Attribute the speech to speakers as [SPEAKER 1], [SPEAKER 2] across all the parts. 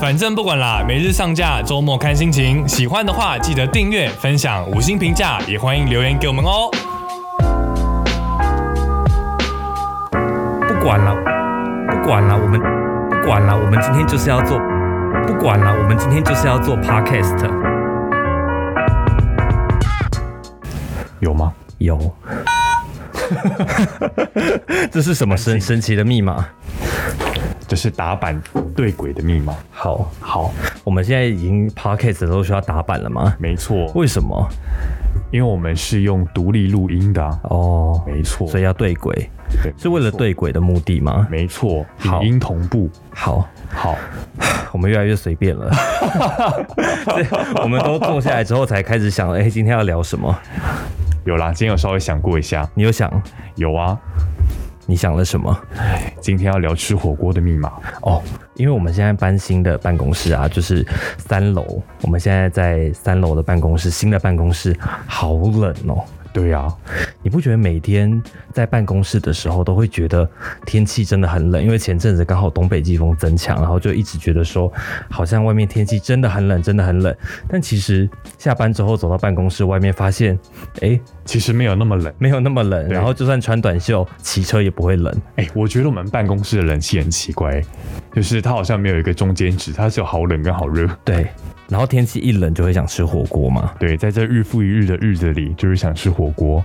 [SPEAKER 1] 反正不管啦，每日上架，周末看心情。喜欢的话记得订阅、分享、五星评价，也欢迎留言给我们哦。
[SPEAKER 2] 不管了，不管了，我们不管了，我们今天就是要做，不管了，我们今天就是要做 podcast。
[SPEAKER 3] 有吗？
[SPEAKER 2] 有，
[SPEAKER 3] 这是什么
[SPEAKER 2] 神神奇的密码。
[SPEAKER 3] 这是打板对鬼的密码。
[SPEAKER 2] 好，
[SPEAKER 3] 好，
[SPEAKER 2] 我们现在已经 podcast 都需要打板了吗？
[SPEAKER 3] 啊没错，
[SPEAKER 2] 为什么？
[SPEAKER 3] 因为我们是用独立录音的、啊，
[SPEAKER 2] 哦，
[SPEAKER 3] 没错，
[SPEAKER 2] 所以要对轨，
[SPEAKER 3] 对
[SPEAKER 2] 是为了，对轨的目的吗？
[SPEAKER 3] 没错，没
[SPEAKER 2] 好
[SPEAKER 3] 错影音同步。
[SPEAKER 2] 好，
[SPEAKER 3] 好，
[SPEAKER 2] 我们越来越随便 了。 这我们都坐下来之后才开始想，哎、今天要聊什么？
[SPEAKER 3] 有啦，今天有稍微想过一下，
[SPEAKER 2] 你有想？
[SPEAKER 3] 有啊，
[SPEAKER 2] 你想了什么？
[SPEAKER 3] 今天要聊吃火锅的密码。
[SPEAKER 2] 哦，因为我们现在搬新的办公室啊，就是三楼。我们现在在三楼的办公室，新的办公室好冷哦。
[SPEAKER 3] 对啊，
[SPEAKER 2] 你不觉得每天在办公室的时候都会觉得天气真的很冷？因为前阵子刚好东北季风增强，然后就一直觉得说好像外面天气真的很冷，真的很冷。但其实下班之后走到办公室外面，发现诶
[SPEAKER 3] 其实没有那么冷。
[SPEAKER 2] 没有那么冷，
[SPEAKER 3] 对
[SPEAKER 2] 然后就算穿短袖骑车也不会冷。
[SPEAKER 3] 哎、我觉得我们办公室的冷气很奇怪、哎就是它好像没有一个中间值，它只有好冷跟好热。
[SPEAKER 2] 对，然后天气一冷就会想吃火锅嘛。
[SPEAKER 3] 对，在这日复一日的日子里，就是想吃火锅。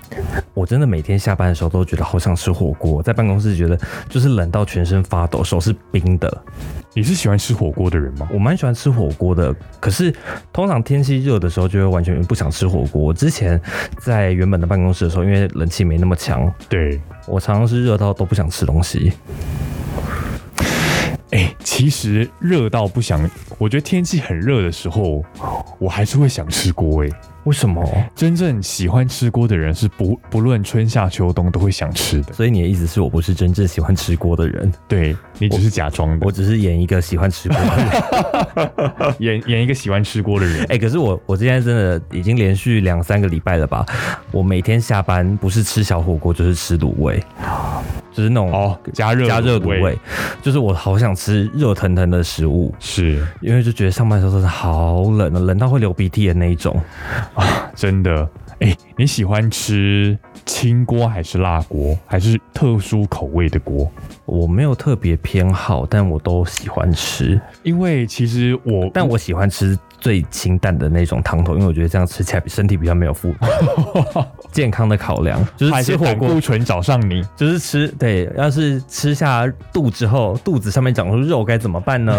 [SPEAKER 2] 我真的每天下班的时候都觉得好想吃火锅，在办公室觉得就是冷到全身发抖，手是冰的。
[SPEAKER 3] 你是喜欢吃火锅的人吗？
[SPEAKER 2] 我蛮喜欢吃火锅的，可是通常天气热的时候就会完全不想吃火锅。我之前在原本的办公室的时候，因为冷气没那么强，
[SPEAKER 3] 对，
[SPEAKER 2] 我常常是热到都不想吃东西。
[SPEAKER 3] 哎、其实热到不想，我觉得天气很热的时候，我还是会想吃锅。哎，
[SPEAKER 2] 为什么？
[SPEAKER 3] 真正喜欢吃锅的人是不不论春夏秋冬都会想吃的。
[SPEAKER 2] 所以你的意思是我不是真正喜欢吃锅的人，
[SPEAKER 3] 对你只是假装的
[SPEAKER 2] 我，只是演一个喜欢吃锅的 人。
[SPEAKER 3] 演演一个喜欢吃锅的 人。
[SPEAKER 2] 哎、可是我我现在真的已经连续两三个礼拜了吧，我每天下班不是吃小火锅就是吃卤味，就是那种
[SPEAKER 3] 哦，加热
[SPEAKER 2] 加热卤味，就是我好想吃热腾腾的食物，
[SPEAKER 3] 是
[SPEAKER 2] 因为就觉得上班的时候真的好冷啊，冷到会流鼻涕的那一种。
[SPEAKER 3] 真的。哎、你喜欢吃清锅还是辣锅，还是特殊口味的锅？
[SPEAKER 2] 我没有特别偏好，但我都喜欢吃，
[SPEAKER 3] 因为其实我，
[SPEAKER 2] 但我喜欢吃最清淡的那种汤头，因为我觉得这样吃起来比身体比较没有负担。健康的考量就是
[SPEAKER 3] 还
[SPEAKER 2] 吃
[SPEAKER 3] 是
[SPEAKER 2] 火
[SPEAKER 3] 胆
[SPEAKER 2] 锅
[SPEAKER 3] 固醇找上你。
[SPEAKER 2] 就是吃，对，要是吃下肚之后，肚子上面长出肉该怎么办呢？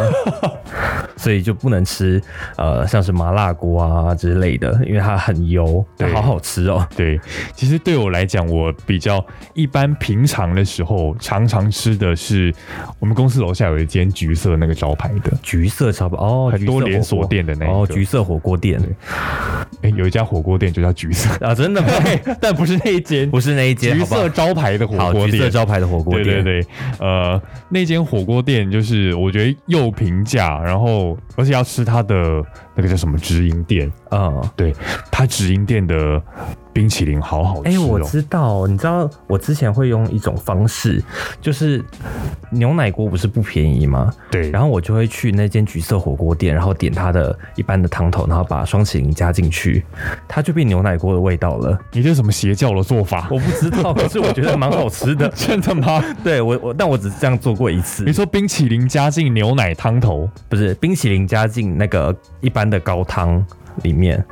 [SPEAKER 2] 所以就不能吃，呃，像是麻辣锅啊之类的，因为它很油，
[SPEAKER 3] 对
[SPEAKER 2] 好好吃哦。
[SPEAKER 3] 对，其实对我来讲，我比较一般平常的时候，常常吃的是我们公司楼下有一间橘色那个招牌的，
[SPEAKER 2] 橘色烧包哦，
[SPEAKER 3] 很多
[SPEAKER 2] 橘色火锅
[SPEAKER 3] 连锁店的那一个
[SPEAKER 2] 哦，橘色火锅店
[SPEAKER 3] 诶有一家火锅店就叫橘色，
[SPEAKER 2] 啊，真的吗？
[SPEAKER 3] 但不是那一间，
[SPEAKER 2] 不是那一间，
[SPEAKER 3] 橘
[SPEAKER 2] 好不好
[SPEAKER 3] 色招牌的火
[SPEAKER 2] 好
[SPEAKER 3] 锅
[SPEAKER 2] 橘色
[SPEAKER 3] 店。
[SPEAKER 2] 招牌的火锅
[SPEAKER 3] 对
[SPEAKER 2] 店，
[SPEAKER 3] 对对，呃，那间火锅店就是我觉得又平价，然后而且要吃它的那个叫什么直营店，
[SPEAKER 2] 嗯。
[SPEAKER 3] 对，它直营店的冰淇淋好好吃、哦。
[SPEAKER 2] 哎、我知道，你知道我之前会用一种方式，就是牛奶锅不是不便宜吗？
[SPEAKER 3] 对，
[SPEAKER 2] 然后我就会去那间橘色火锅店，然后点它的一般的汤头，然后把双麒麟加进去，它就变牛奶锅的味道了。
[SPEAKER 3] 你这是什么邪教的做法？。
[SPEAKER 2] 我不知道，可是我觉得蛮好吃的
[SPEAKER 3] 真的吗？
[SPEAKER 2] 对我我，但我只是这样做过一次
[SPEAKER 3] 你，说冰淇淋加进牛奶汤头，
[SPEAKER 2] 不是冰淇淋加进那个一般的高汤里面，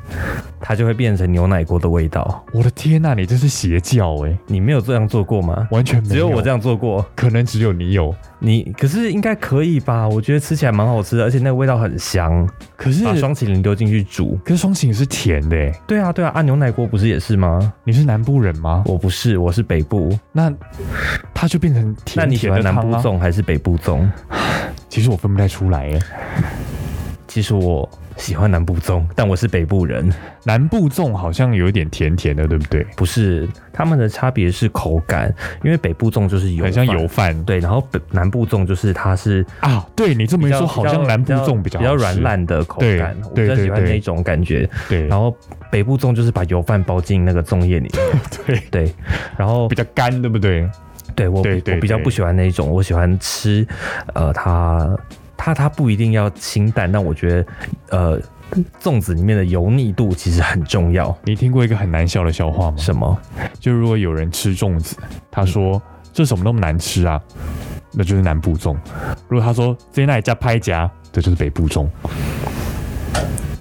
[SPEAKER 2] 它就会变成牛奶锅的味道。
[SPEAKER 3] 我的天呐、你这是邪教哎、
[SPEAKER 2] 你没有这样做过吗？
[SPEAKER 3] 完全没
[SPEAKER 2] 只有我这
[SPEAKER 3] 样，
[SPEAKER 2] 样做过，
[SPEAKER 3] 可能只有你有。
[SPEAKER 2] 你可是应该可以吧？我觉得吃起来蛮好吃的，而且那个味道很香。
[SPEAKER 3] 可是
[SPEAKER 2] 把双麒麟丢进去煮，
[SPEAKER 3] 可是双喜是甜的、欸，
[SPEAKER 2] 对啊对啊，啊牛奶锅不是也是吗？
[SPEAKER 3] 你是南部人吗？
[SPEAKER 2] 我不是，我是北部。
[SPEAKER 3] 那它就变成
[SPEAKER 2] 那
[SPEAKER 3] 甜
[SPEAKER 2] 你喜
[SPEAKER 3] 甜
[SPEAKER 2] 欢
[SPEAKER 3] 的
[SPEAKER 2] 南
[SPEAKER 3] 汤
[SPEAKER 2] 部
[SPEAKER 3] 啊。
[SPEAKER 2] 粽还是北部粽？
[SPEAKER 3] 其实我分不太出来哎、
[SPEAKER 2] 其实我喜欢南部粽，但我是北部人，
[SPEAKER 3] 南部粽好像有一点甜甜的，对不对？
[SPEAKER 2] 不是他们的差别是口感，因为北部粽就是油，
[SPEAKER 3] 很像油。饭。
[SPEAKER 2] 对，然后北南部粽就是它是
[SPEAKER 3] 啊，对你这么
[SPEAKER 2] 比
[SPEAKER 3] 一
[SPEAKER 2] 较
[SPEAKER 3] 说，好像南部粽
[SPEAKER 2] 比较
[SPEAKER 3] 好
[SPEAKER 2] 比较
[SPEAKER 3] 吃
[SPEAKER 2] 软。烂的口
[SPEAKER 3] 对
[SPEAKER 2] 感，我比
[SPEAKER 3] 对
[SPEAKER 2] 较
[SPEAKER 3] 对
[SPEAKER 2] 喜欢
[SPEAKER 3] 对
[SPEAKER 2] 那种感觉。
[SPEAKER 3] 对，
[SPEAKER 2] 然后北部粽就是把油饭包进那个粽叶里面，
[SPEAKER 3] 对
[SPEAKER 2] 对，然后
[SPEAKER 3] 比较干，对不对？
[SPEAKER 2] 对我比
[SPEAKER 3] 对对
[SPEAKER 2] 我比较
[SPEAKER 3] 对
[SPEAKER 2] 不喜欢那一种，我喜欢吃，呃，它它它不一定要清淡，但我觉得呃粽子里面的油腻度其实很重要。
[SPEAKER 3] 你听过一个很难笑的笑话吗？
[SPEAKER 2] 什么？
[SPEAKER 3] 就如果有人吃粽子，他
[SPEAKER 2] 嗯
[SPEAKER 3] 说这什么那么难吃啊，那就是南部粽；如果他说这那一家拍夹，这就是北部粽。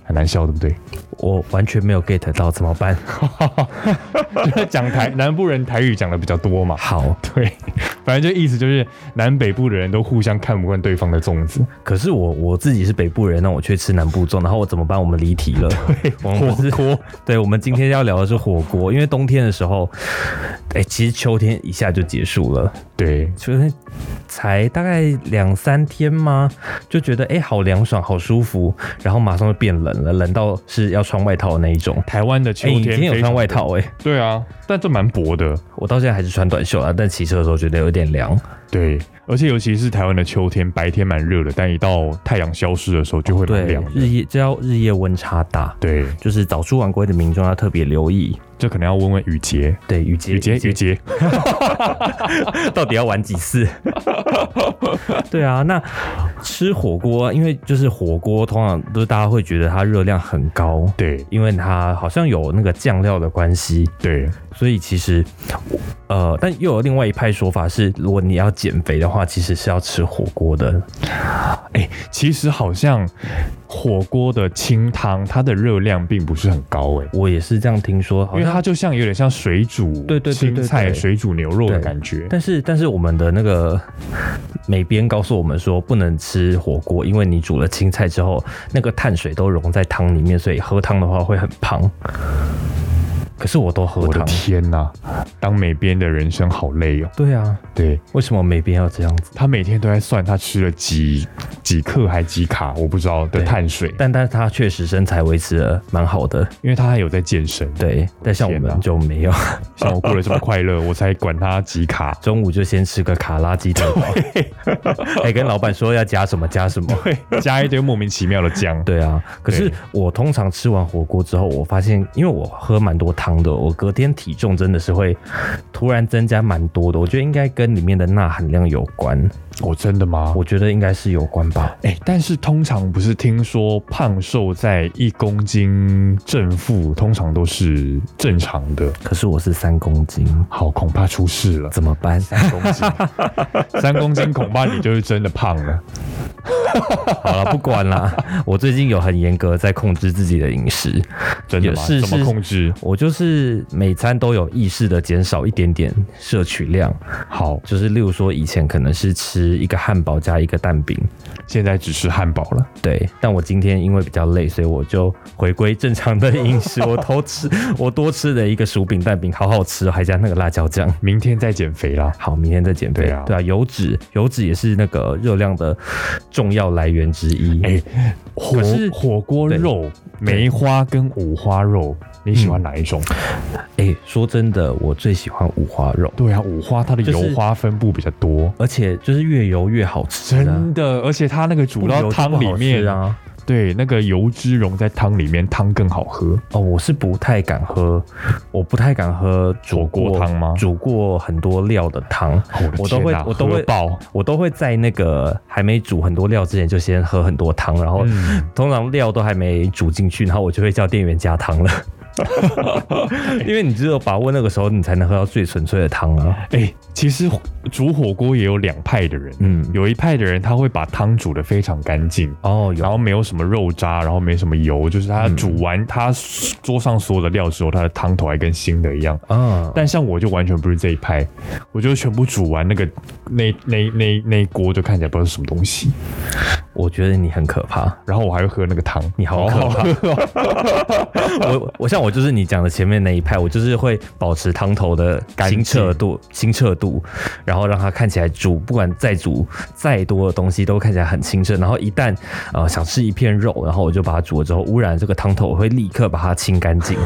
[SPEAKER 3] 很难笑，对不对？
[SPEAKER 2] 我完全没有 get 到，怎么办？
[SPEAKER 3] 就是讲台南部人台语讲的比较多嘛。
[SPEAKER 2] 好，
[SPEAKER 3] 对，反正就意思就是南北部的人都互相看不惯对方的粽子。
[SPEAKER 2] 可是我我自己是北部人，那我却吃南部粽，然后我怎么办？我们离题 了。 我们不是
[SPEAKER 3] 锅，
[SPEAKER 2] 对，我们今天要聊的是火锅，因为冬天的时候，哎、其实秋天一下就结束了，
[SPEAKER 3] 对，
[SPEAKER 2] 秋天才大概两三天吗？就觉得哎、好凉爽，好舒服，然后马上就变冷了，冷到是要穿外套的那一种。
[SPEAKER 3] 台湾的秋
[SPEAKER 2] 哎、你
[SPEAKER 3] 天、
[SPEAKER 2] 今天有穿外？套哎、
[SPEAKER 3] 对啊，但这蛮薄的。
[SPEAKER 2] 我到现在还是穿短袖啊，但骑车的时候觉得有点凉。
[SPEAKER 3] 对，而且尤其是台湾的秋天，白天蛮热的，但一到太阳消失的时候就会蛮
[SPEAKER 2] 哦对
[SPEAKER 3] 凉，
[SPEAKER 2] 日
[SPEAKER 3] 的。
[SPEAKER 2] 夜这要日夜温差大，
[SPEAKER 3] 对，
[SPEAKER 2] 就是早出晚归的民众要特别留意。
[SPEAKER 3] 这可能要问问雨杰，
[SPEAKER 2] 对，雨杰
[SPEAKER 3] 雨杰，雨杰，
[SPEAKER 2] 到底要玩几次？ 对啊，那吃火锅，因为就是火锅，通常都是大家会觉得它热量很高，
[SPEAKER 3] 对
[SPEAKER 2] 因为它好像有那个酱料的关系，
[SPEAKER 3] 对，
[SPEAKER 2] 所以其实，呃，但又有另外一派说法是，如果你要减肥的话，其实是要吃火锅的。
[SPEAKER 3] 哎、其实好像火锅的清汤，它的热量并不是很高、哎。
[SPEAKER 2] 我也是这样听说，好
[SPEAKER 3] 因为
[SPEAKER 2] 像
[SPEAKER 3] 它就像有点像水煮
[SPEAKER 2] 对对对对
[SPEAKER 3] 青菜、
[SPEAKER 2] 对
[SPEAKER 3] 水煮牛肉的
[SPEAKER 2] 对
[SPEAKER 3] 感觉。
[SPEAKER 2] 但是但是我们的那个 美编告诉我们说，不能吃火锅，因为你煮了青菜之后，那个碳水都融在汤里面，所以喝汤的话会很胖。可是我都喝
[SPEAKER 3] 我的
[SPEAKER 2] 汤，
[SPEAKER 3] 天呐、当美编的人生好累哦。
[SPEAKER 2] 对啊，
[SPEAKER 3] 对
[SPEAKER 2] 为什么美编要这样子？
[SPEAKER 3] 他每天都在算他吃了几几克还几卡，我不知道的
[SPEAKER 2] 对
[SPEAKER 3] 碳水，
[SPEAKER 2] 但但是他确实身材维持的蛮好的，
[SPEAKER 3] 因为他还有在健身。
[SPEAKER 2] 对。但像我
[SPEAKER 3] 天哪
[SPEAKER 2] 们就没有，
[SPEAKER 3] 像我过得这么快乐，我才管他 几卡。
[SPEAKER 2] 中午就先吃个卡拉鸡腿堡， 还跟老板说要加什么加什么。
[SPEAKER 3] 对，加一堆莫名其妙的姜。
[SPEAKER 2] 对啊，可是
[SPEAKER 3] 对
[SPEAKER 2] 我通常吃完火锅之后，我发现，因为我喝蛮多汤的，我隔天体重真的是会突然增加蛮多的。我觉得应该跟里面的钠含量有关，
[SPEAKER 3] 哦，真的吗？
[SPEAKER 2] 我觉得应该是有关吧。
[SPEAKER 3] 哎、但是通常不是听说胖瘦在一公斤正负通常都是正常的，
[SPEAKER 2] 可是我是三公斤，
[SPEAKER 3] 好，恐怕出 事了。
[SPEAKER 2] 怎么办？
[SPEAKER 3] 三公斤，三公斤恐怕你就是真的胖了。
[SPEAKER 2] 好了，不管啦。 我最近有很严格在控制自己的饮食，
[SPEAKER 3] 真的吗？
[SPEAKER 2] 也是
[SPEAKER 3] 怎么
[SPEAKER 2] 是
[SPEAKER 3] 控制？
[SPEAKER 2] 我就是每餐都有意识的减少一点点摄取量，
[SPEAKER 3] 好，
[SPEAKER 2] 就是例如说以前可能是吃一个汉堡加一个蛋饼，
[SPEAKER 3] 现在只吃汉堡了。
[SPEAKER 2] 对，但我今天因为比较累，所以我就回归正常的饮食。我偷吃， 我多吃了一个薯饼蛋饼，好好吃哦，还加那个辣椒酱。
[SPEAKER 3] 明天再减肥啦。
[SPEAKER 2] 好，明天再减肥。
[SPEAKER 3] 对啊
[SPEAKER 2] 油脂，油脂也是那个热量的重要来源之一。
[SPEAKER 3] 哎、火
[SPEAKER 2] 可是
[SPEAKER 3] 火锅肉，梅花跟五花肉，你喜欢哪一种？
[SPEAKER 2] 哎、说真的，我最喜欢五花肉，
[SPEAKER 3] 对啊，五花它的
[SPEAKER 2] 就是
[SPEAKER 3] 油花分布比较多，
[SPEAKER 2] 而且就是越油越好吃啊、
[SPEAKER 3] 真的，而且它那个煮
[SPEAKER 2] 不油
[SPEAKER 3] 到
[SPEAKER 2] 就
[SPEAKER 3] 汤
[SPEAKER 2] 不
[SPEAKER 3] 里
[SPEAKER 2] 好吃
[SPEAKER 3] 面，
[SPEAKER 2] 啊。
[SPEAKER 3] 对，那个油脂融在汤里面，汤更好喝。
[SPEAKER 2] 哦，我是不太敢喝，我不太敢喝煮
[SPEAKER 3] 火锅
[SPEAKER 2] 过
[SPEAKER 3] 汤吗哦
[SPEAKER 2] 煮过很多料的汤，哦我都
[SPEAKER 3] 天
[SPEAKER 2] 会
[SPEAKER 3] 哪，
[SPEAKER 2] 我都
[SPEAKER 3] 喝
[SPEAKER 2] 会
[SPEAKER 3] 爆。
[SPEAKER 2] 我都会在那个还没煮很多料之前，就先喝很多汤，然后
[SPEAKER 3] 嗯
[SPEAKER 2] 通常料都还没煮进去，然后我就会叫店员加汤了。 因为你只有把握那个时候，你才能喝到最纯粹的汤啊。
[SPEAKER 3] 哎、其实煮火锅也有两派的人，
[SPEAKER 2] 嗯，
[SPEAKER 3] 有一派的人他会把汤煮得非常干净，
[SPEAKER 2] 哦，
[SPEAKER 3] 然
[SPEAKER 2] 有
[SPEAKER 3] 后没有什么肉渣，然后没什么油，就是他煮
[SPEAKER 2] 嗯
[SPEAKER 3] 完他桌上所有的料之后，他的汤头还跟新的一样。
[SPEAKER 2] 啊，
[SPEAKER 3] 但像我就完全不是这一派，我就全部煮完那个那那那那一锅就看起来不知道是什么东西，
[SPEAKER 2] 我觉得你很可怕。
[SPEAKER 3] 然后我还会喝那个汤，哦
[SPEAKER 2] 你好可怕！ 我我像我就是你讲的前面那一派，我就是会保持汤头的
[SPEAKER 3] 干
[SPEAKER 2] 清
[SPEAKER 3] 净
[SPEAKER 2] 澈度、清澈度，然后让它看起来煮不管再煮再多的东西都看起来很清澈。然后一旦呃想吃一片肉，然后我就把它煮了之后污染这个汤头，我会立刻把它清干 净，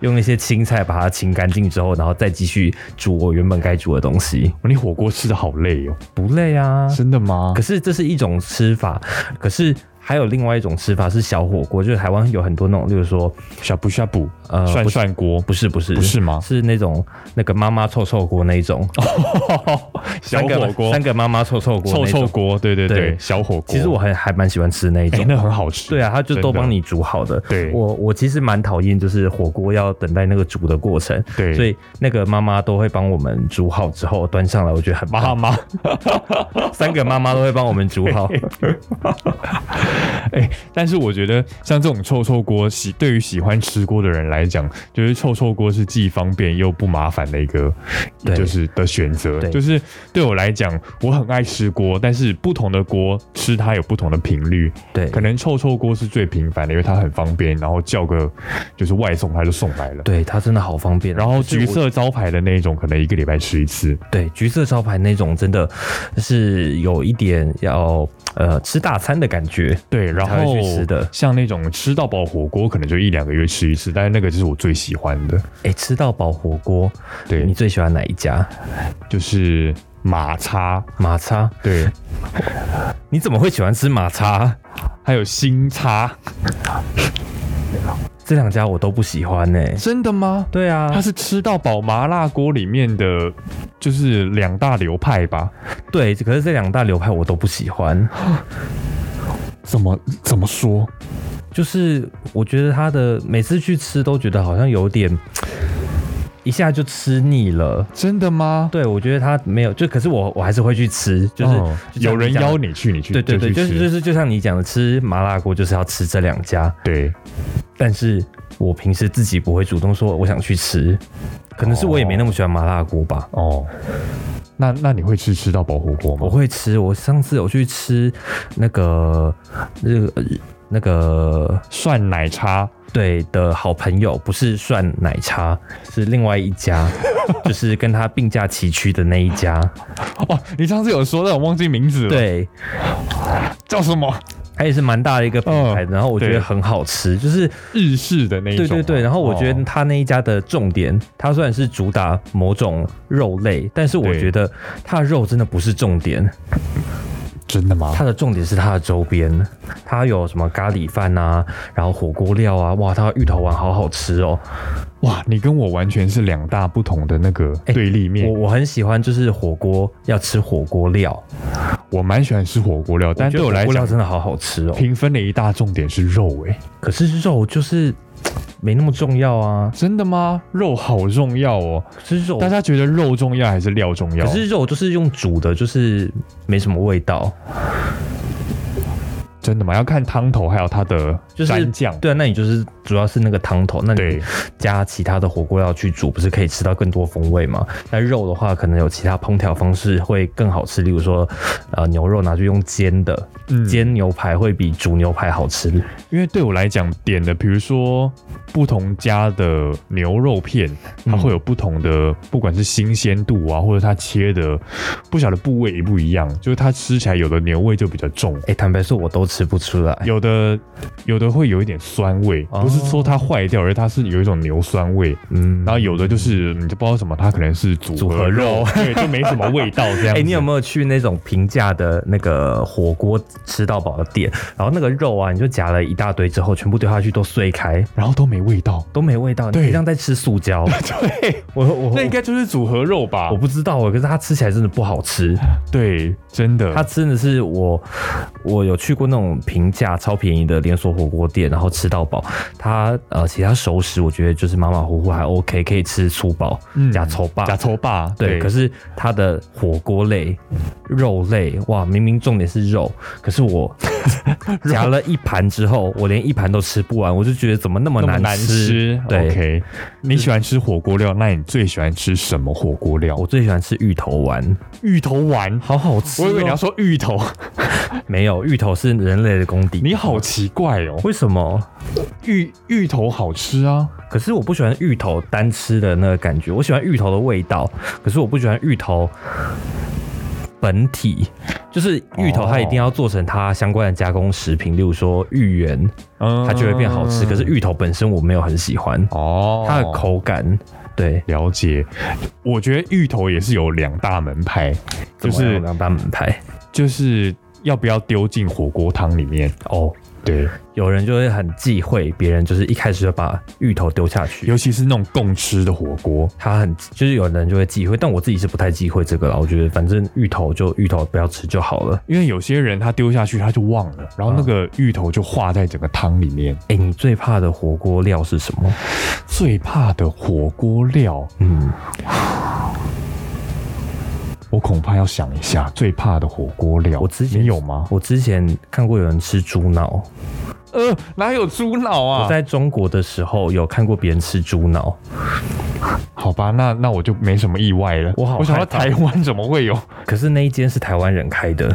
[SPEAKER 2] 用一些青菜把它清干净之后，然后再继续煮我原本该煮的东西，
[SPEAKER 3] 你火锅吃的好累哦，
[SPEAKER 2] 不累啊。
[SPEAKER 3] 真的吗
[SPEAKER 2] 可？是这是一种吃法，可是。还有另外一种吃法是小火锅，就是台湾有很多那种，例如说
[SPEAKER 3] 小布小布，
[SPEAKER 2] 呃
[SPEAKER 3] 涮
[SPEAKER 2] 不是
[SPEAKER 3] 涮锅，
[SPEAKER 2] 不是不是
[SPEAKER 3] 不是吗哦
[SPEAKER 2] 是那种那个妈妈臭臭锅那一种，
[SPEAKER 3] 小火锅
[SPEAKER 2] 三，个妈妈臭臭锅
[SPEAKER 3] 臭
[SPEAKER 2] 那种
[SPEAKER 3] 臭。锅，对对对，
[SPEAKER 2] 对
[SPEAKER 3] 小火锅。
[SPEAKER 2] 其实我还还蛮喜欢吃那一
[SPEAKER 3] 哎、
[SPEAKER 2] 种。
[SPEAKER 3] 那很好吃，
[SPEAKER 2] 对啊，他就都
[SPEAKER 3] 真的
[SPEAKER 2] 帮你煮好的。
[SPEAKER 3] 对
[SPEAKER 2] 我我其实蛮讨厌，就是火锅要等待那个煮的过程。
[SPEAKER 3] 对
[SPEAKER 2] 所以那个妈妈都会帮我们煮好之后端上来，我觉得很棒。
[SPEAKER 3] 妈妈，
[SPEAKER 2] 三个妈妈都会帮我们煮好。
[SPEAKER 3] 哎、但是我觉得像这种臭臭锅，喜对于喜欢吃锅的人来讲，就是臭臭锅是既方便又不麻烦的一个，
[SPEAKER 2] 对
[SPEAKER 3] 就是的选择。
[SPEAKER 2] 对
[SPEAKER 3] 就是对我来讲，我很爱吃锅，但是不同的锅吃它有不同的频率，
[SPEAKER 2] 对，
[SPEAKER 3] 可能臭臭锅是最频繁的，因为它很方便，然后叫个就是外送它就送来了。
[SPEAKER 2] 对它真的好方便。
[SPEAKER 3] 然后
[SPEAKER 2] 就是我
[SPEAKER 3] 橘色招牌的那一种，可能一个礼拜吃一次。
[SPEAKER 2] 对橘色招牌那种，真的是有一点要呃吃大餐的感觉。
[SPEAKER 3] 对，然
[SPEAKER 2] 才
[SPEAKER 3] 后
[SPEAKER 2] 会去吃的
[SPEAKER 3] 像那种吃到饱火锅，可能就一两个月吃一次，但是那个就是我最喜欢的，
[SPEAKER 2] 哎，吃到饱火锅，
[SPEAKER 3] 对
[SPEAKER 2] 你最喜欢哪一家？
[SPEAKER 3] 就是马叉，
[SPEAKER 2] 马叉？
[SPEAKER 3] 对，
[SPEAKER 2] 你怎么会喜欢吃马叉？
[SPEAKER 3] 还有新叉，
[SPEAKER 2] 这两家我都不喜欢呢、
[SPEAKER 3] 真的吗？
[SPEAKER 2] 对啊，
[SPEAKER 3] 它是吃到饱麻辣锅里面的，就是两大流派吧？
[SPEAKER 2] 对，可是这两大流派我都不喜欢，
[SPEAKER 3] 怎么怎么说？
[SPEAKER 2] 就是我觉得他的每次去吃都觉得好像有点一下就吃腻了。
[SPEAKER 3] 真的吗？
[SPEAKER 2] 对，我觉得他没有，就可是我我还是会去吃，就是、
[SPEAKER 3] 哦
[SPEAKER 2] 就像
[SPEAKER 3] 有人
[SPEAKER 2] 你讲的
[SPEAKER 3] 邀，你去，你去，
[SPEAKER 2] 对对对，
[SPEAKER 3] 就
[SPEAKER 2] 就
[SPEAKER 3] 去
[SPEAKER 2] 是
[SPEAKER 3] 吃
[SPEAKER 2] 就是就像你讲的，吃麻辣锅就是要吃这两家，
[SPEAKER 3] 对，
[SPEAKER 2] 但是我平时自己不会主动说我想去吃，可能是我也没那么喜欢麻辣锅吧。
[SPEAKER 3] 哦，那那你会吃吃到饱火锅吗？
[SPEAKER 2] 我会吃，我上次有去吃那个那个那个
[SPEAKER 3] 涮奶茶，
[SPEAKER 2] 对的好朋友，不是涮奶茶，是另外一家， 就是跟他并驾齐驱的那一家。
[SPEAKER 3] 哦，你上次有说，但我忘记名字了，，
[SPEAKER 2] 对，
[SPEAKER 3] 叫什么？
[SPEAKER 2] 它也是蛮大的一个品牌，然后我觉
[SPEAKER 3] 哦对
[SPEAKER 2] 得很好吃，就是
[SPEAKER 3] 日式的那一种
[SPEAKER 2] 对
[SPEAKER 3] 吗。
[SPEAKER 2] 对对。然后我觉得
[SPEAKER 3] 哦
[SPEAKER 2] 他那一家的重点，它虽然是主打某种肉类，但是我
[SPEAKER 3] 对
[SPEAKER 2] 觉得它的肉真的不是重点，
[SPEAKER 3] 真的吗？
[SPEAKER 2] 它的重点是它的周边，它有什么咖喱饭啊，然后火锅料啊，哇，它的芋头丸好好吃哦。
[SPEAKER 3] 哇，你跟我完全是两大不同的那个
[SPEAKER 2] 哎
[SPEAKER 3] 对立面。
[SPEAKER 2] 我我很喜欢，就是火锅要吃火锅料。
[SPEAKER 3] 我蛮喜欢吃火锅料，但对我来
[SPEAKER 2] 火锅
[SPEAKER 3] 讲
[SPEAKER 2] 料，真的好好吃哦。
[SPEAKER 3] 评分的一大重点是肉、哎，
[SPEAKER 2] 可是肉就是没那么重要啊，
[SPEAKER 3] 真的吗？肉好重要哦。
[SPEAKER 2] 可是肉
[SPEAKER 3] 大，家觉得肉重要还是料重要？
[SPEAKER 2] 可是肉就是用煮的，就是没什么味道，
[SPEAKER 3] 真的吗？要看汤头，还有它的
[SPEAKER 2] 就是
[SPEAKER 3] 蘸酱。
[SPEAKER 2] 对啊，那你就是主要是那个汤头，那你
[SPEAKER 3] 对
[SPEAKER 2] 加其他的火锅料去煮，不是可以吃到更多风味吗？那肉的话，可能有其他烹调方式会更好吃，例如说，呃，牛肉拿去用煎的，
[SPEAKER 3] 嗯
[SPEAKER 2] 煎牛排会比煮牛排好吃。
[SPEAKER 3] 因为对我来讲，点的比如说不同家的牛肉片，它
[SPEAKER 2] 嗯
[SPEAKER 3] 会有不同的，不管是新鲜度啊，或者它切的不晓得部位一不一样，就是它吃起来有的牛味就比较重，
[SPEAKER 2] 哎、坦白说，我都吃不出来。
[SPEAKER 3] 有的有的会有一点酸味，
[SPEAKER 2] 哦
[SPEAKER 3] 不是说它坏掉，而是它是有一种牛酸味。
[SPEAKER 2] 嗯
[SPEAKER 3] 然后有的就是你就不知道什么，它可能是组
[SPEAKER 2] 组
[SPEAKER 3] 合
[SPEAKER 2] 合
[SPEAKER 3] 肉， 对，就没什么味道这样
[SPEAKER 2] 哎、
[SPEAKER 3] 子。
[SPEAKER 2] 你有没有去那种平价的那个火锅吃到饱的店？然后那个肉啊，你就夹了一大堆之后，全部丢下去都碎开，
[SPEAKER 3] 然后都没味道，
[SPEAKER 2] 都没味道，
[SPEAKER 3] 对
[SPEAKER 2] 你像在吃塑胶。
[SPEAKER 3] 对，
[SPEAKER 2] 我我
[SPEAKER 3] 那应该就是组合肉吧
[SPEAKER 2] 我？不知道啊，可是它吃起来真的不好吃。
[SPEAKER 3] 对，真的，
[SPEAKER 2] 它真的是我，我有去过那种平价超便宜的连锁火锅店，然后吃到饱。它呃，其他熟食我觉得就是马马虎虎还 OK，可以吃粗饱
[SPEAKER 3] 嗯，
[SPEAKER 2] 加粗霸，
[SPEAKER 3] 假抽霸，
[SPEAKER 2] 对，可是它的火锅类、肉类，哇，明明重点是肉，可是 我夹了一盘之后，我连一盘都吃不完，我就觉得怎么那么
[SPEAKER 3] 那么
[SPEAKER 2] 难
[SPEAKER 3] 难吃。
[SPEAKER 2] 对
[SPEAKER 3] o k 你喜欢吃火锅料，那你最喜欢吃什么火锅料
[SPEAKER 2] 我？最喜欢吃芋头丸，
[SPEAKER 3] 芋头丸。
[SPEAKER 2] 好好吃、哦。
[SPEAKER 3] 我以为你要说芋头，
[SPEAKER 2] 没有芋头是人类的功底，
[SPEAKER 3] 你好奇怪哦。
[SPEAKER 2] 为什么？
[SPEAKER 3] 芋芋头好吃啊，
[SPEAKER 2] 可是我不喜欢芋头单吃的那个感觉，我喜欢芋头的味道，可是我不喜欢芋头。本体就是芋头，它一定要做成它相关的加工食品，例如说芋圆，
[SPEAKER 3] 嗯
[SPEAKER 2] 它就会变好吃。可是芋头本身我没有很喜欢，
[SPEAKER 3] 哦，
[SPEAKER 2] 它的口感，对，
[SPEAKER 3] 了解。我觉得芋头也是有两大门派，
[SPEAKER 2] 怎
[SPEAKER 3] 就
[SPEAKER 2] 么样
[SPEAKER 3] 是
[SPEAKER 2] 两大门派，
[SPEAKER 3] 就是要不要丢进火锅汤里面？
[SPEAKER 2] 哦，
[SPEAKER 3] 对，
[SPEAKER 2] 有人就会很忌讳别人，就是一开始就把芋头丢下去。
[SPEAKER 3] 尤其是那种共吃的火锅，
[SPEAKER 2] 他很就是有人就会忌讳，但我自己是不太忌讳这个了。我觉得反正芋头就芋头，不要吃就好了。
[SPEAKER 3] 因为有些人他丢下去他就忘了，然后那个芋头就化在整个汤里面。
[SPEAKER 2] 哎、你最怕的火锅料是什么？
[SPEAKER 3] 最怕的火锅料，
[SPEAKER 2] 嗯，
[SPEAKER 3] 我恐怕要想一下。最怕的火锅料，
[SPEAKER 2] 我之前
[SPEAKER 3] 你有吗？
[SPEAKER 2] 我之前看过有人吃猪脑，
[SPEAKER 3] 呃，哪有猪脑啊
[SPEAKER 2] 我在中国的时候有看过别人吃猪脑，
[SPEAKER 3] 好吧，那那我就没什么意外了。
[SPEAKER 2] 我好
[SPEAKER 3] 我想
[SPEAKER 2] 害
[SPEAKER 3] 到
[SPEAKER 2] 怕
[SPEAKER 3] 台湾怎么会有？
[SPEAKER 2] 可是那一间是台湾人开 的，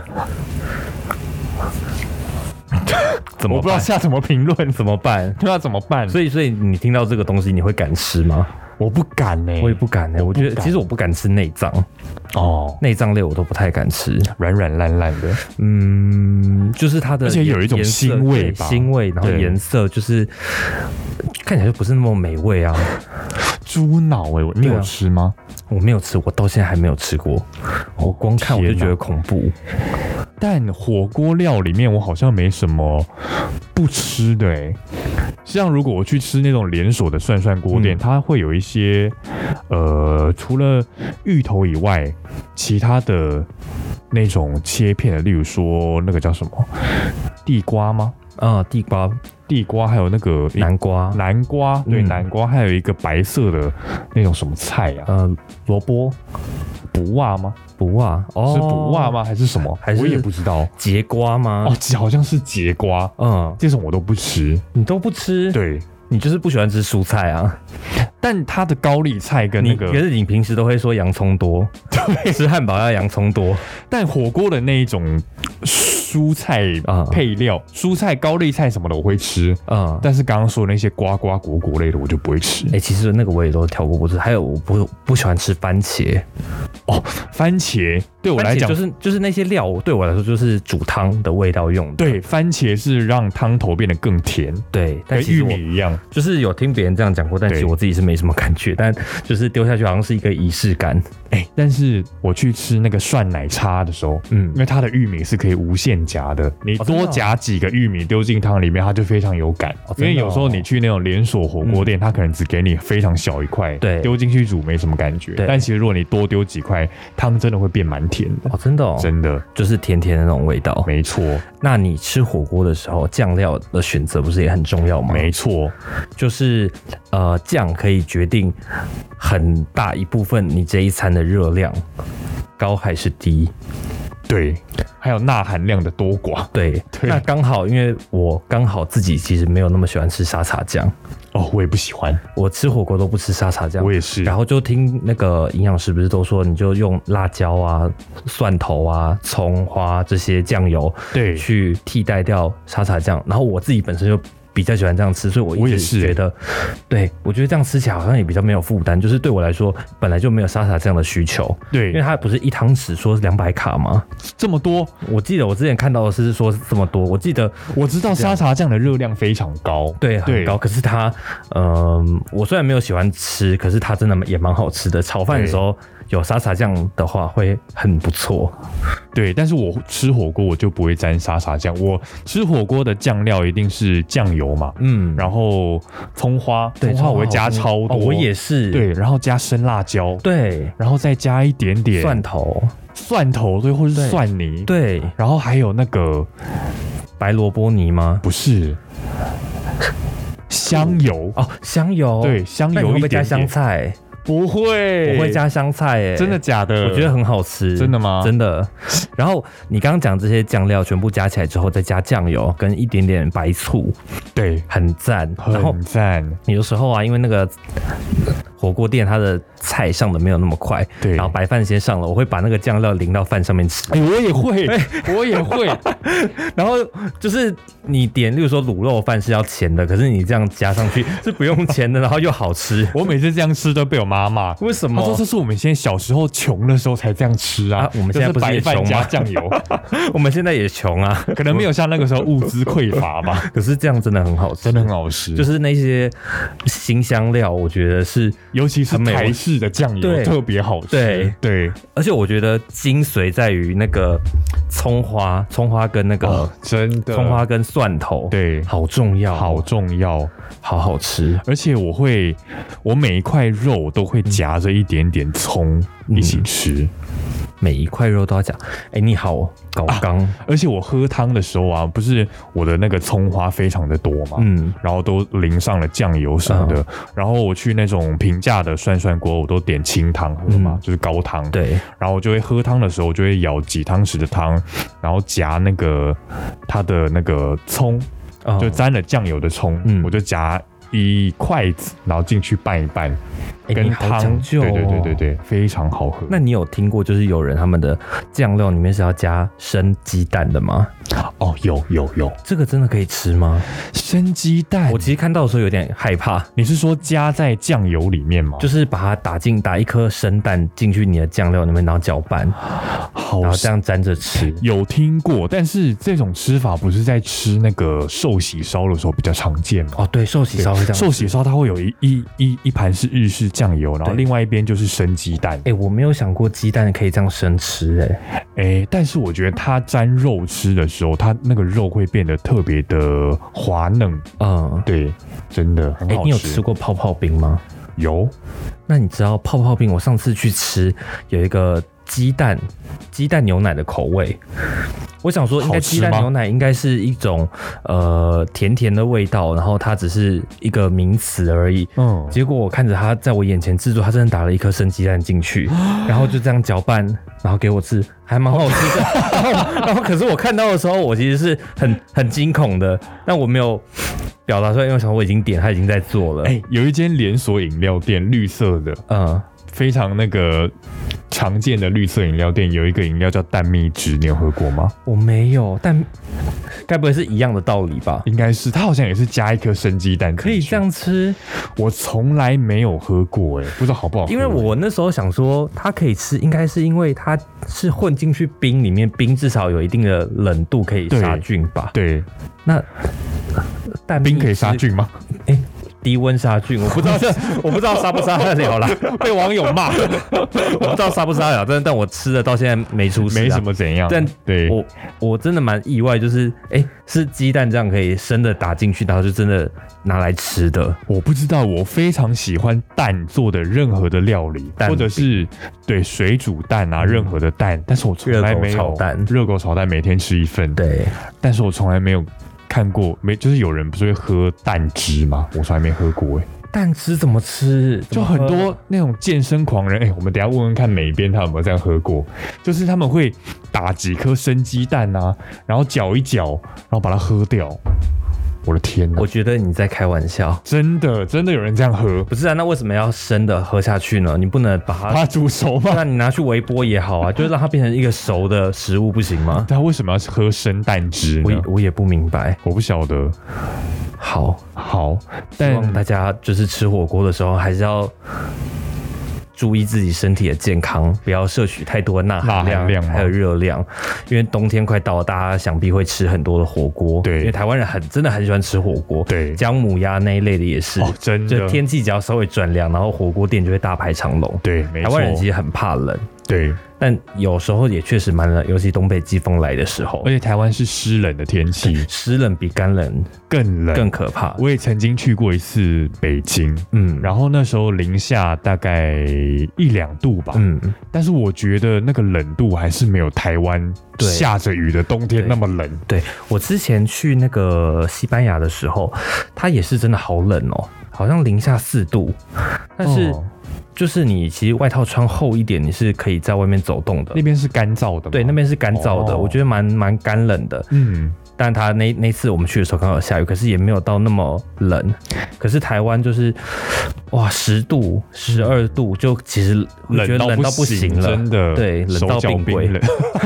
[SPEAKER 2] 怎
[SPEAKER 3] 我
[SPEAKER 2] 么
[SPEAKER 3] 不知道
[SPEAKER 2] 办？
[SPEAKER 3] 下怎么评论，
[SPEAKER 2] 怎么办？
[SPEAKER 3] 对啊，怎么办？
[SPEAKER 2] 所以，所以你听到这个东西，你会敢吃吗？
[SPEAKER 3] 我不敢欸呢、
[SPEAKER 2] 我也不敢呢、欸我觉得
[SPEAKER 3] 敢
[SPEAKER 2] 其实我不敢吃内脏，
[SPEAKER 3] 哦，
[SPEAKER 2] 内脏类我都不太敢吃。
[SPEAKER 3] 软软烂烂的，
[SPEAKER 2] 嗯，就是它的
[SPEAKER 3] 而
[SPEAKER 2] 颜，
[SPEAKER 3] 且有一种
[SPEAKER 2] 颜色
[SPEAKER 3] 腥味
[SPEAKER 2] 对
[SPEAKER 3] 吧
[SPEAKER 2] 腥味，然后
[SPEAKER 3] 对
[SPEAKER 2] 颜色就是看起来就不是那么美味啊。
[SPEAKER 3] 猪脑哎、你
[SPEAKER 2] 对
[SPEAKER 3] 有
[SPEAKER 2] 啊
[SPEAKER 3] 吃吗？
[SPEAKER 2] 我没有吃，我到现在还没有吃过。 我光看我就
[SPEAKER 3] 天哪
[SPEAKER 2] 觉得恐怖。
[SPEAKER 3] 但火锅料里面我好像没什么不吃的哎、像如果我去吃那种连锁的涮涮锅
[SPEAKER 2] 嗯
[SPEAKER 3] 店，它会有一些呃，除了芋头以外，其他的那种切片的，例如说那个叫什么地瓜吗？
[SPEAKER 2] 啊，地瓜、
[SPEAKER 3] 地瓜还有那个
[SPEAKER 2] 南瓜、
[SPEAKER 3] 南瓜，对、
[SPEAKER 2] 嗯
[SPEAKER 3] 南瓜，还有一个白色的那种什么菜呀、啊？
[SPEAKER 2] 呃，萝卜、
[SPEAKER 3] 不袜吗？
[SPEAKER 2] 不袜哦，
[SPEAKER 3] 是不袜？吗？还是什么？
[SPEAKER 2] 还是
[SPEAKER 3] 我也不知道。
[SPEAKER 2] 节瓜吗
[SPEAKER 3] 哦，？节好像是节瓜，
[SPEAKER 2] 嗯，
[SPEAKER 3] 这种我都不吃。
[SPEAKER 2] 你都不吃，，
[SPEAKER 3] 对，
[SPEAKER 2] 你就是不喜欢吃蔬菜啊。
[SPEAKER 3] 但它的高丽菜跟那
[SPEAKER 2] 你
[SPEAKER 3] 个
[SPEAKER 2] 可，是你平时都会说洋葱多，对，吃汉堡要洋葱多。
[SPEAKER 3] 但火锅的那一种蔬菜
[SPEAKER 2] 啊
[SPEAKER 3] 配料，蔬菜高丽菜什么的我会吃，
[SPEAKER 2] 嗯，
[SPEAKER 3] 但是刚刚说的那些瓜瓜果果类的我就不会吃
[SPEAKER 2] 哎、。其实那个我也都挑过不吃，还有我不不喜欢吃番茄。
[SPEAKER 3] 哦番茄对我来讲
[SPEAKER 2] 番茄就。是就是那些料，对我来说就是煮汤的味道用的。
[SPEAKER 3] 对，番茄是让汤头变得更甜，
[SPEAKER 2] 对，但
[SPEAKER 3] 跟
[SPEAKER 2] 其实
[SPEAKER 3] 玉
[SPEAKER 2] 我
[SPEAKER 3] 米一样。
[SPEAKER 2] 就是有听别人这样讲过，但其实
[SPEAKER 3] 对
[SPEAKER 2] 我自己是没什么感觉，但就是丢下去好像是一个仪式感。
[SPEAKER 3] 哎但是我去吃那个涮奶茶的时候，
[SPEAKER 2] 嗯
[SPEAKER 3] 因为它的玉米是可以无限夹的，你
[SPEAKER 2] 哦真的哦
[SPEAKER 3] 多夹几个玉米丢进汤里面，它就非常有感。
[SPEAKER 2] 哦
[SPEAKER 3] 因
[SPEAKER 2] 真的哦
[SPEAKER 3] 为有时候你去那种连锁火锅店，它可能只给你非常小一块，
[SPEAKER 2] 对
[SPEAKER 3] 丢进去煮没什么感觉。
[SPEAKER 2] 对
[SPEAKER 3] 但其实如果你多丢几块，汤真的会变蛮甜的，
[SPEAKER 2] 哦，真的哦，
[SPEAKER 3] 真的
[SPEAKER 2] 就是甜甜的那种味道。
[SPEAKER 3] 没错，
[SPEAKER 2] 那你吃火锅的时候，酱料的选择不是也很重要吗？
[SPEAKER 3] 没错，
[SPEAKER 2] 就是呃，酱可以决定很大一部分你这一餐的热量高还是低。
[SPEAKER 3] 对。还有钠含量的多寡
[SPEAKER 2] 对，
[SPEAKER 3] 对
[SPEAKER 2] 那刚好，因为我刚好自己其实没有那么喜欢吃沙茶酱，
[SPEAKER 3] 哦，我也不喜欢，
[SPEAKER 2] 我吃火锅都不吃沙茶酱
[SPEAKER 3] 我。也是。
[SPEAKER 2] 然后就听那个营养师不是都说，你就用辣椒啊、蒜头啊、葱花这些酱油
[SPEAKER 3] 对，
[SPEAKER 2] 去替代掉沙茶酱。然后我自己本身就比较喜欢这样吃，所以我
[SPEAKER 3] 我
[SPEAKER 2] 一
[SPEAKER 3] 也
[SPEAKER 2] 直
[SPEAKER 3] 是欸
[SPEAKER 2] 觉得，对我觉得这样吃起来好像也比较没有负担，就是对我来说本来就没有沙茶酱的需求，因为
[SPEAKER 3] 对，
[SPEAKER 2] 它不是一汤匙说两百卡吗？
[SPEAKER 3] 这么多，
[SPEAKER 2] 我记得我之前看到的是说是这么多，我记得
[SPEAKER 3] 我知道沙茶酱的热量非常高，
[SPEAKER 2] 对，很高。可是它，嗯、我虽然没有喜欢吃，可是它真的也蛮好吃的。炒饭的时候有沙茶酱的话，会很不错。
[SPEAKER 3] 对，但是我吃火锅我就不会沾沙茶酱，我吃火锅的酱料一定是酱油嘛，
[SPEAKER 2] 嗯，
[SPEAKER 3] 然后葱花，
[SPEAKER 2] 对，
[SPEAKER 3] 葱花我会加
[SPEAKER 2] 葱
[SPEAKER 3] 超
[SPEAKER 2] 花
[SPEAKER 3] 多，
[SPEAKER 2] 哦我也是，
[SPEAKER 3] 对，然后加生辣椒，
[SPEAKER 2] 对，
[SPEAKER 3] 然后再加一点点
[SPEAKER 2] 蒜头，
[SPEAKER 3] 蒜头，对，或是
[SPEAKER 2] 对
[SPEAKER 3] 蒜泥，，
[SPEAKER 2] 对，
[SPEAKER 3] 然后还有那个
[SPEAKER 2] 白萝卜泥吗？
[SPEAKER 3] 不是香油，
[SPEAKER 2] 哦，香油，
[SPEAKER 3] 对，香
[SPEAKER 2] 那你
[SPEAKER 3] 油
[SPEAKER 2] 会不
[SPEAKER 3] 一
[SPEAKER 2] 会
[SPEAKER 3] 点
[SPEAKER 2] 加香
[SPEAKER 3] 点，
[SPEAKER 2] 菜？
[SPEAKER 3] 不会，
[SPEAKER 2] 我会，加香菜、欸，
[SPEAKER 3] 真的假的？
[SPEAKER 2] 我觉得很好吃，
[SPEAKER 3] 真的吗
[SPEAKER 2] 真的。 然后你刚刚讲这些酱料全部加起来之后，再加酱油跟一点点白醋，
[SPEAKER 3] 对，
[SPEAKER 2] 很赞。然后
[SPEAKER 3] 很赞，
[SPEAKER 2] 有时候啊，因为那个火锅店它的菜上的没有那么快，
[SPEAKER 3] 对
[SPEAKER 2] 然后白饭先上了，我会把那个酱料淋到饭上面 吃。
[SPEAKER 3] 哎，我也会，我也会，
[SPEAKER 2] 然后就是你点，例如说卤肉饭是要钱的，可是你这样加上去 是不用钱的，然后又好吃，
[SPEAKER 3] 我每次这样吃都被我妈骂。
[SPEAKER 2] 为什
[SPEAKER 3] 他说
[SPEAKER 2] 么
[SPEAKER 3] 哦这？是我们现在小时候穷的时候才这样吃啊，
[SPEAKER 2] 啊我们现在
[SPEAKER 3] 就是
[SPEAKER 2] 不是
[SPEAKER 3] 白
[SPEAKER 2] 也
[SPEAKER 3] 饭
[SPEAKER 2] 穷
[SPEAKER 3] 加
[SPEAKER 2] 吗
[SPEAKER 3] 酱油，
[SPEAKER 2] 我们现在也穷啊，
[SPEAKER 3] 可能没有像那个时候物资匮乏 吧，
[SPEAKER 2] 可是这样真的很好吃，
[SPEAKER 3] 真的很好吃，
[SPEAKER 2] 就是那些新香料，我觉得是
[SPEAKER 3] 尤其是
[SPEAKER 2] 很美味
[SPEAKER 3] 台式的酱油
[SPEAKER 2] 对
[SPEAKER 3] 特别好吃。
[SPEAKER 2] 对
[SPEAKER 3] 对，
[SPEAKER 2] 而且我觉得精髓在于那个葱花，葱花跟那个、
[SPEAKER 3] 哦，真的
[SPEAKER 2] 葱花跟蒜头，
[SPEAKER 3] 对
[SPEAKER 2] 好重要哦，
[SPEAKER 3] 好重要。
[SPEAKER 2] 好好吃。
[SPEAKER 3] 而且我会，我每一块肉都会夹着一点点葱
[SPEAKER 2] 嗯
[SPEAKER 3] 一起吃。
[SPEAKER 2] 每一块肉都要讲，哎、你好，搞刚，
[SPEAKER 3] 而且我喝汤的时候啊，不是我的那个葱花非常的多嘛，
[SPEAKER 2] 嗯，
[SPEAKER 3] 然后都淋上了酱油什么的。然后我去那种平价的涮涮锅，我都点清汤喝嘛，
[SPEAKER 2] 嗯
[SPEAKER 3] 就是高汤。，
[SPEAKER 2] 对，
[SPEAKER 3] 然后我就会喝汤的时候，我就会舀几汤匙的汤，然后夹那个它的那个葱，
[SPEAKER 2] 哦
[SPEAKER 3] 就沾了酱油的葱，
[SPEAKER 2] 嗯
[SPEAKER 3] 我就夹。一筷子，然后进去拌一拌，
[SPEAKER 2] 哎
[SPEAKER 3] 跟
[SPEAKER 2] 你好
[SPEAKER 3] 汤，
[SPEAKER 2] 讲究、哦，
[SPEAKER 3] 对对对对。对，非常好喝。
[SPEAKER 2] 那你有听过就是有人他们的酱料里面是要加生鸡蛋的吗？
[SPEAKER 3] 哦，有有有，
[SPEAKER 2] 这个真的可以吃吗？
[SPEAKER 3] 生鸡蛋
[SPEAKER 2] 我，其实看到的时候有点害怕，
[SPEAKER 3] 你是说加在酱油里面吗？
[SPEAKER 2] 就是把它打进打一颗生蛋进去你的酱料里面，然后搅拌，
[SPEAKER 3] 哦好
[SPEAKER 2] 然后这
[SPEAKER 3] 像
[SPEAKER 2] 样沾着吃。
[SPEAKER 3] 有听过，但是这种吃法不是在吃那个寿喜烧的时候比较常见吗？
[SPEAKER 2] 哦，对，寿喜烧会这样。
[SPEAKER 3] 寿喜烧它会有一一一一盘是日式酱油，然后
[SPEAKER 2] 对
[SPEAKER 3] 另外一边就是生鸡蛋。
[SPEAKER 2] 哎、我没有想过鸡蛋可以这样生吃、哎，
[SPEAKER 3] 哎、但是我觉得它沾肉吃的时候，它那个肉会变得特别的滑嫩。
[SPEAKER 2] 嗯，
[SPEAKER 3] 对，真的很
[SPEAKER 2] 哎、
[SPEAKER 3] 好
[SPEAKER 2] 你有
[SPEAKER 3] 吃
[SPEAKER 2] 吃。过泡泡冰吗？
[SPEAKER 3] 有
[SPEAKER 2] 那你知道泡泡冰？我上次去吃有一个鸡蛋鸡蛋牛奶的口味，我想说应该
[SPEAKER 3] 好吃
[SPEAKER 2] 鸡
[SPEAKER 3] 吗
[SPEAKER 2] 蛋牛奶应该是一种呃甜甜的味道，然后它只是一个名词而已。
[SPEAKER 3] 嗯，
[SPEAKER 2] 结果我看着它在我眼前制作，它真的打了一颗生鸡蛋进 去，然后就这样搅拌，然后给我吃，还蛮好吃的。 然后，然后可是我看到的时候，我其实是很很惊恐的，但我没有表达出来，因为我想我已经点，它已经在做了。
[SPEAKER 3] 哎、有一间连锁饮料店，绿色的，
[SPEAKER 2] 嗯，
[SPEAKER 3] 非常那个常见的绿色饮料店，有一个饮料叫蛋蜜汁，你有喝过吗？
[SPEAKER 2] 我没有，但该不会是一样的道理吧？
[SPEAKER 3] 应该是，它好像也是加一颗生鸡蛋。
[SPEAKER 2] 可以这，样吃，
[SPEAKER 3] 我从来没有喝过、哎，不知道好不好喝
[SPEAKER 2] 因为我那时候想说它可以吃，应该是因为它是混进去冰里面，冰至少有一定的冷度可以
[SPEAKER 3] 对
[SPEAKER 2] 杀菌吧？
[SPEAKER 3] 对
[SPEAKER 2] 那但
[SPEAKER 3] 冰可以杀，菌吗？
[SPEAKER 2] 低温杀菌，我不知道这 我不知道杀不杀得了啦，
[SPEAKER 3] 被网友骂，
[SPEAKER 2] 我不知道杀不杀得了，但但我吃的到现在没出事、啊，
[SPEAKER 3] 没什。么怎样。
[SPEAKER 2] 但
[SPEAKER 3] 对，
[SPEAKER 2] 我我真的蛮意外，就是哎、是鸡蛋这样可以生的打进去，然后就真的拿来吃的，
[SPEAKER 3] 我不知道，我非常喜欢蛋做的任何的料理，
[SPEAKER 2] 蛋
[SPEAKER 3] 或者是对水煮蛋啊，任何的蛋，但是我从来没
[SPEAKER 2] 热狗
[SPEAKER 3] 有
[SPEAKER 2] 炒蛋
[SPEAKER 3] 热狗炒蛋每天吃一份，，
[SPEAKER 2] 对。
[SPEAKER 3] 但是我从来没有看过，没就是有人不是会喝蛋汁吗？我从来没喝过、哎，
[SPEAKER 2] 蛋汁怎么吃？
[SPEAKER 3] 就很多那种健身狂人，哎、我们等一下问问看每一边他有没有这样喝过，就是他们会打几颗生鸡蛋啊，然后搅一搅，然后把它喝掉。我的天呐
[SPEAKER 2] 我，觉得你在开玩笑。
[SPEAKER 3] 真的真的有人这样喝，
[SPEAKER 2] 不是啊，那为什么要生的喝下去呢？你不能把它，
[SPEAKER 3] 怕煮熟吗？
[SPEAKER 2] 那你拿去微波也好啊，就是让它变成一个熟的食物，不行吗？
[SPEAKER 3] 他为什么要喝生蛋汁
[SPEAKER 2] 我
[SPEAKER 3] 呢
[SPEAKER 2] 也？我也不明白。
[SPEAKER 3] 我不晓得。
[SPEAKER 2] 好，
[SPEAKER 3] 好，
[SPEAKER 2] 希望
[SPEAKER 3] 但
[SPEAKER 2] 大家就是吃火锅的时候还是要注意自己身体的健康，不要摄取太多的钠含
[SPEAKER 3] 钠含量吗
[SPEAKER 2] 还有热量，因为冬天快到了，大家想必会吃很多的火锅。
[SPEAKER 3] 对
[SPEAKER 2] 因为台湾人很真的很喜欢吃火锅，
[SPEAKER 3] 对
[SPEAKER 2] 姜母鸭那一类的也是。
[SPEAKER 3] 哦，真
[SPEAKER 2] 就
[SPEAKER 3] 的，
[SPEAKER 2] 天气只要稍微转凉，然后火锅店就会大排长龙。
[SPEAKER 3] 对，没
[SPEAKER 2] 台
[SPEAKER 3] 错
[SPEAKER 2] 湾，人其实很怕冷，
[SPEAKER 3] 对，
[SPEAKER 2] 但有时候也确实蛮冷，尤其东北季风来的时候
[SPEAKER 3] 而，且台湾是湿冷的天气，
[SPEAKER 2] 湿冷比干冷
[SPEAKER 3] 更 冷。
[SPEAKER 2] 更可怕。
[SPEAKER 3] 我也曾经去过一次北京，
[SPEAKER 2] 嗯，
[SPEAKER 3] 然后那时候零下大概一两度吧，
[SPEAKER 2] 嗯，
[SPEAKER 3] 但是我觉得那个冷度还是没有台湾
[SPEAKER 2] 对
[SPEAKER 3] 下着雨的冬天那么冷。
[SPEAKER 2] 对我之前去那个西班牙的时候，它也是真的好冷哦，好像零下四度，但是
[SPEAKER 3] 哦
[SPEAKER 2] 就是你其实外套穿厚一点，你是可以在外面走动的
[SPEAKER 3] 那。边是干燥的吗，
[SPEAKER 2] 对，那边是干燥的，
[SPEAKER 3] 哦
[SPEAKER 2] 我觉得蛮蛮干冷的。
[SPEAKER 3] 嗯，
[SPEAKER 2] 但他那那次我们去的时候刚好有下雨，可是也没有到那么冷。可是台湾就是哇，十度、十二度，就其实我觉得冷到不行了。
[SPEAKER 3] 真的，
[SPEAKER 2] 对冷
[SPEAKER 3] 手
[SPEAKER 2] 到
[SPEAKER 3] 脚
[SPEAKER 2] 病
[SPEAKER 3] 冰
[SPEAKER 2] 鬼
[SPEAKER 3] 冷。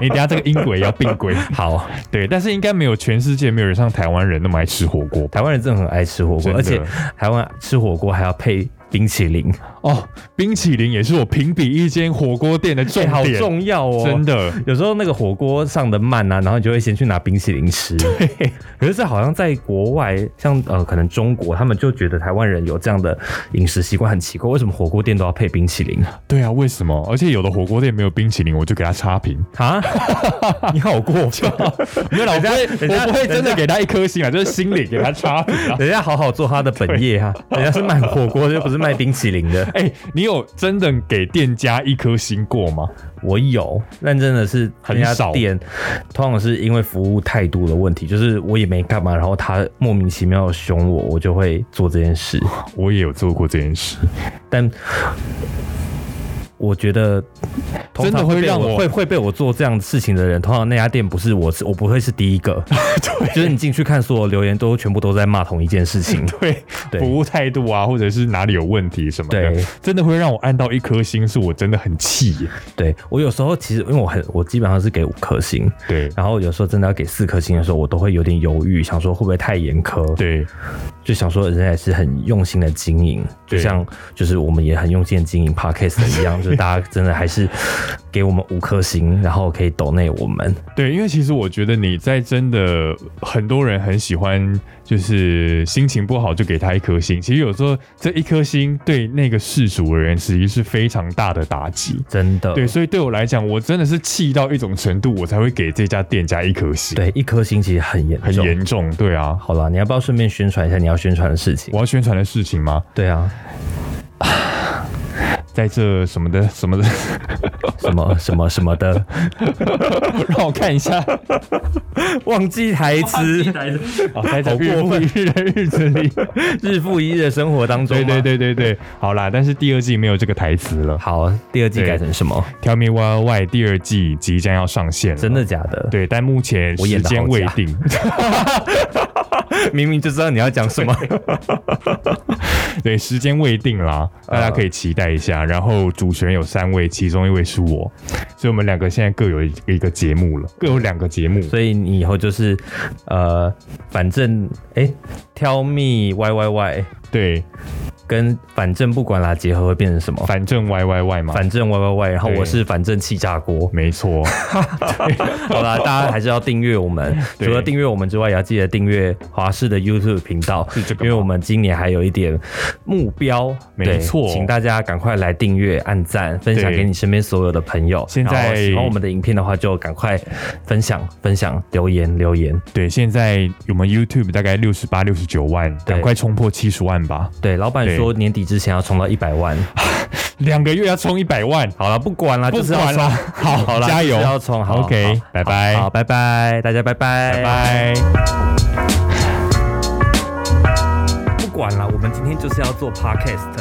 [SPEAKER 3] 你等一下这个音轨也要并轨，
[SPEAKER 2] 好，
[SPEAKER 3] 对，但是应该没有全世界没有人像台湾人那么爱吃火锅吧。
[SPEAKER 2] 台湾人真的很爱吃火锅，
[SPEAKER 3] 真的
[SPEAKER 2] 而且台湾吃火锅还要配冰淇淋，
[SPEAKER 3] 哦，冰淇淋也是我评比一间火锅店的重
[SPEAKER 2] 哎
[SPEAKER 3] 点，
[SPEAKER 2] 好重要哦，
[SPEAKER 3] 真。的。
[SPEAKER 2] 有时候那个火锅上的慢啊，然后你就会先去拿冰淇淋吃。对，可是这好像在国外，像呃，可能中国，他们就觉得台湾人有这样的饮食习惯很奇怪，为什么火锅店都要配冰淇淋
[SPEAKER 3] 对啊，为什么？而且有的火锅店没有冰淇淋，我就给他差评。
[SPEAKER 2] 啊？你好过分！
[SPEAKER 3] 没有啦，我不
[SPEAKER 2] 人
[SPEAKER 3] 会，
[SPEAKER 2] 家
[SPEAKER 3] 我不会真
[SPEAKER 2] 人
[SPEAKER 3] 的给他一颗星啊，就是心里给他差评 啊。
[SPEAKER 2] 人家好好做他的本业哈、啊，人家是卖火锅的，又不是卖冰淇淋的。
[SPEAKER 3] 哎、你有真的给店家一颗星过吗？
[SPEAKER 2] 我有，但真的是
[SPEAKER 3] 很
[SPEAKER 2] 人家
[SPEAKER 3] 少
[SPEAKER 2] 店，通常是因为服务态度的问题，就是我也没干嘛，然后他莫名其妙地凶我，我就会做这件事。
[SPEAKER 3] 我也有做过这件事，
[SPEAKER 2] 但我觉得，通
[SPEAKER 3] 真的
[SPEAKER 2] 常
[SPEAKER 3] 会
[SPEAKER 2] 被
[SPEAKER 3] 让我
[SPEAKER 2] 会会被我做这样事情的人，通常那家店不是我，是我不会是第一 个。就是你进去看所有留言都全部都在骂同一件事情。
[SPEAKER 3] 对，
[SPEAKER 2] 对
[SPEAKER 3] 服务态度啊，或者是哪里有问题什么的
[SPEAKER 2] 对，
[SPEAKER 3] 真的会让我按到一颗星，是我真的很气耶。
[SPEAKER 2] 对我有时候其实因为我很我基本上是给五颗星，
[SPEAKER 3] 对
[SPEAKER 2] 然后有时候真的要给四颗星的时候，我都会有点犹豫，想说会不会太严苛？，
[SPEAKER 3] 对，
[SPEAKER 2] 就想说人家也是很用心的经营，就
[SPEAKER 3] 对
[SPEAKER 2] 像就是我们也很用心的经营 podcast 的一样，就是大家真的还是给我们五颗星，然后可以抖内我们。
[SPEAKER 3] 对，因为其实我觉得你在真的很多人很喜欢，就是心情不好就给他一颗星。其实有时候这一颗星对那个事主而言，其实是非常大的打击。
[SPEAKER 2] 真的，
[SPEAKER 3] 对，所以对我来讲，我真的是气到一种程度，我才会给这家店家一颗星，
[SPEAKER 2] 对，一颗星其实很严
[SPEAKER 3] 很
[SPEAKER 2] 重。
[SPEAKER 3] 严重。对啊，
[SPEAKER 2] 好啦，你要不要顺便宣传一下你要宣传的事情
[SPEAKER 3] 我？要宣传的事情吗？
[SPEAKER 2] 对啊，
[SPEAKER 3] 在这什么的什么的，
[SPEAKER 2] 啊什么什么什么 的，
[SPEAKER 3] 让我看一下。
[SPEAKER 2] 忘记台词，
[SPEAKER 3] 好，在 这
[SPEAKER 2] 好
[SPEAKER 3] 日
[SPEAKER 2] 过
[SPEAKER 3] 复
[SPEAKER 2] 分
[SPEAKER 3] 一日的日子里，
[SPEAKER 2] 日复一日的生活当中。
[SPEAKER 3] 对对，对对对，好啦，但是第二季没有这个台词了。
[SPEAKER 2] 好，啊第二季
[SPEAKER 3] 对
[SPEAKER 2] 改成什么？
[SPEAKER 3] Tell Me Why Why 第二季即将要上线了，
[SPEAKER 2] 真的假的？
[SPEAKER 3] 对，但目前
[SPEAKER 2] 我演
[SPEAKER 3] 时
[SPEAKER 2] 得
[SPEAKER 3] 间
[SPEAKER 2] 好
[SPEAKER 3] 未
[SPEAKER 2] 假
[SPEAKER 3] 定。
[SPEAKER 2] 明明就知道你要讲什么。
[SPEAKER 3] 对，时间未定啦，
[SPEAKER 2] 嗯
[SPEAKER 3] 大家可以期待一下。然后主持人有三位，其中一位是我，所以我们两个现在各有一一个节目了，各有两个节目。
[SPEAKER 2] 所以你以后就是，呃，反正哎、挑 me y y y
[SPEAKER 3] 对，
[SPEAKER 2] 跟反正不管啦结合会变成什么？
[SPEAKER 3] 反正 Y Y Y 嘛，
[SPEAKER 2] 反正 y y y，然后
[SPEAKER 3] 对
[SPEAKER 2] 我是反正气炸 锅。
[SPEAKER 3] 没错，
[SPEAKER 2] 好啦，大家还是要订阅我们。
[SPEAKER 3] 对
[SPEAKER 2] 除了订阅我们之外，也要记得订阅华视的 YouTube 频道，
[SPEAKER 3] 是这个吗
[SPEAKER 2] 因为我们今年还有一点目标，
[SPEAKER 3] 没
[SPEAKER 2] 对
[SPEAKER 3] 错
[SPEAKER 2] 请大家赶快来订阅、按赞、分享
[SPEAKER 3] 对
[SPEAKER 2] 给你身边所有的朋友。
[SPEAKER 3] 现在
[SPEAKER 2] 然后喜欢我们的影片的话，就赶快分享、分享、留言、留言。
[SPEAKER 3] 对，现在我们 YouTube 大概六十八、六十九万，
[SPEAKER 2] 对
[SPEAKER 3] 赶快冲破七十万吧！
[SPEAKER 2] 对，老板
[SPEAKER 3] 对
[SPEAKER 2] 说年底之前要冲到一百万。
[SPEAKER 3] 两个月要冲一百万，
[SPEAKER 2] 好了，不管了，
[SPEAKER 3] 不
[SPEAKER 2] 啊就是要
[SPEAKER 3] 管
[SPEAKER 2] 冲
[SPEAKER 3] 了，好
[SPEAKER 2] 好啦
[SPEAKER 3] 加油
[SPEAKER 2] 就是要冲好
[SPEAKER 3] OK，
[SPEAKER 2] 好
[SPEAKER 3] 拜拜，
[SPEAKER 2] 好，拜拜，大家拜拜，
[SPEAKER 3] 拜。拜。
[SPEAKER 2] 不管了，我们今天就是要做 podcast。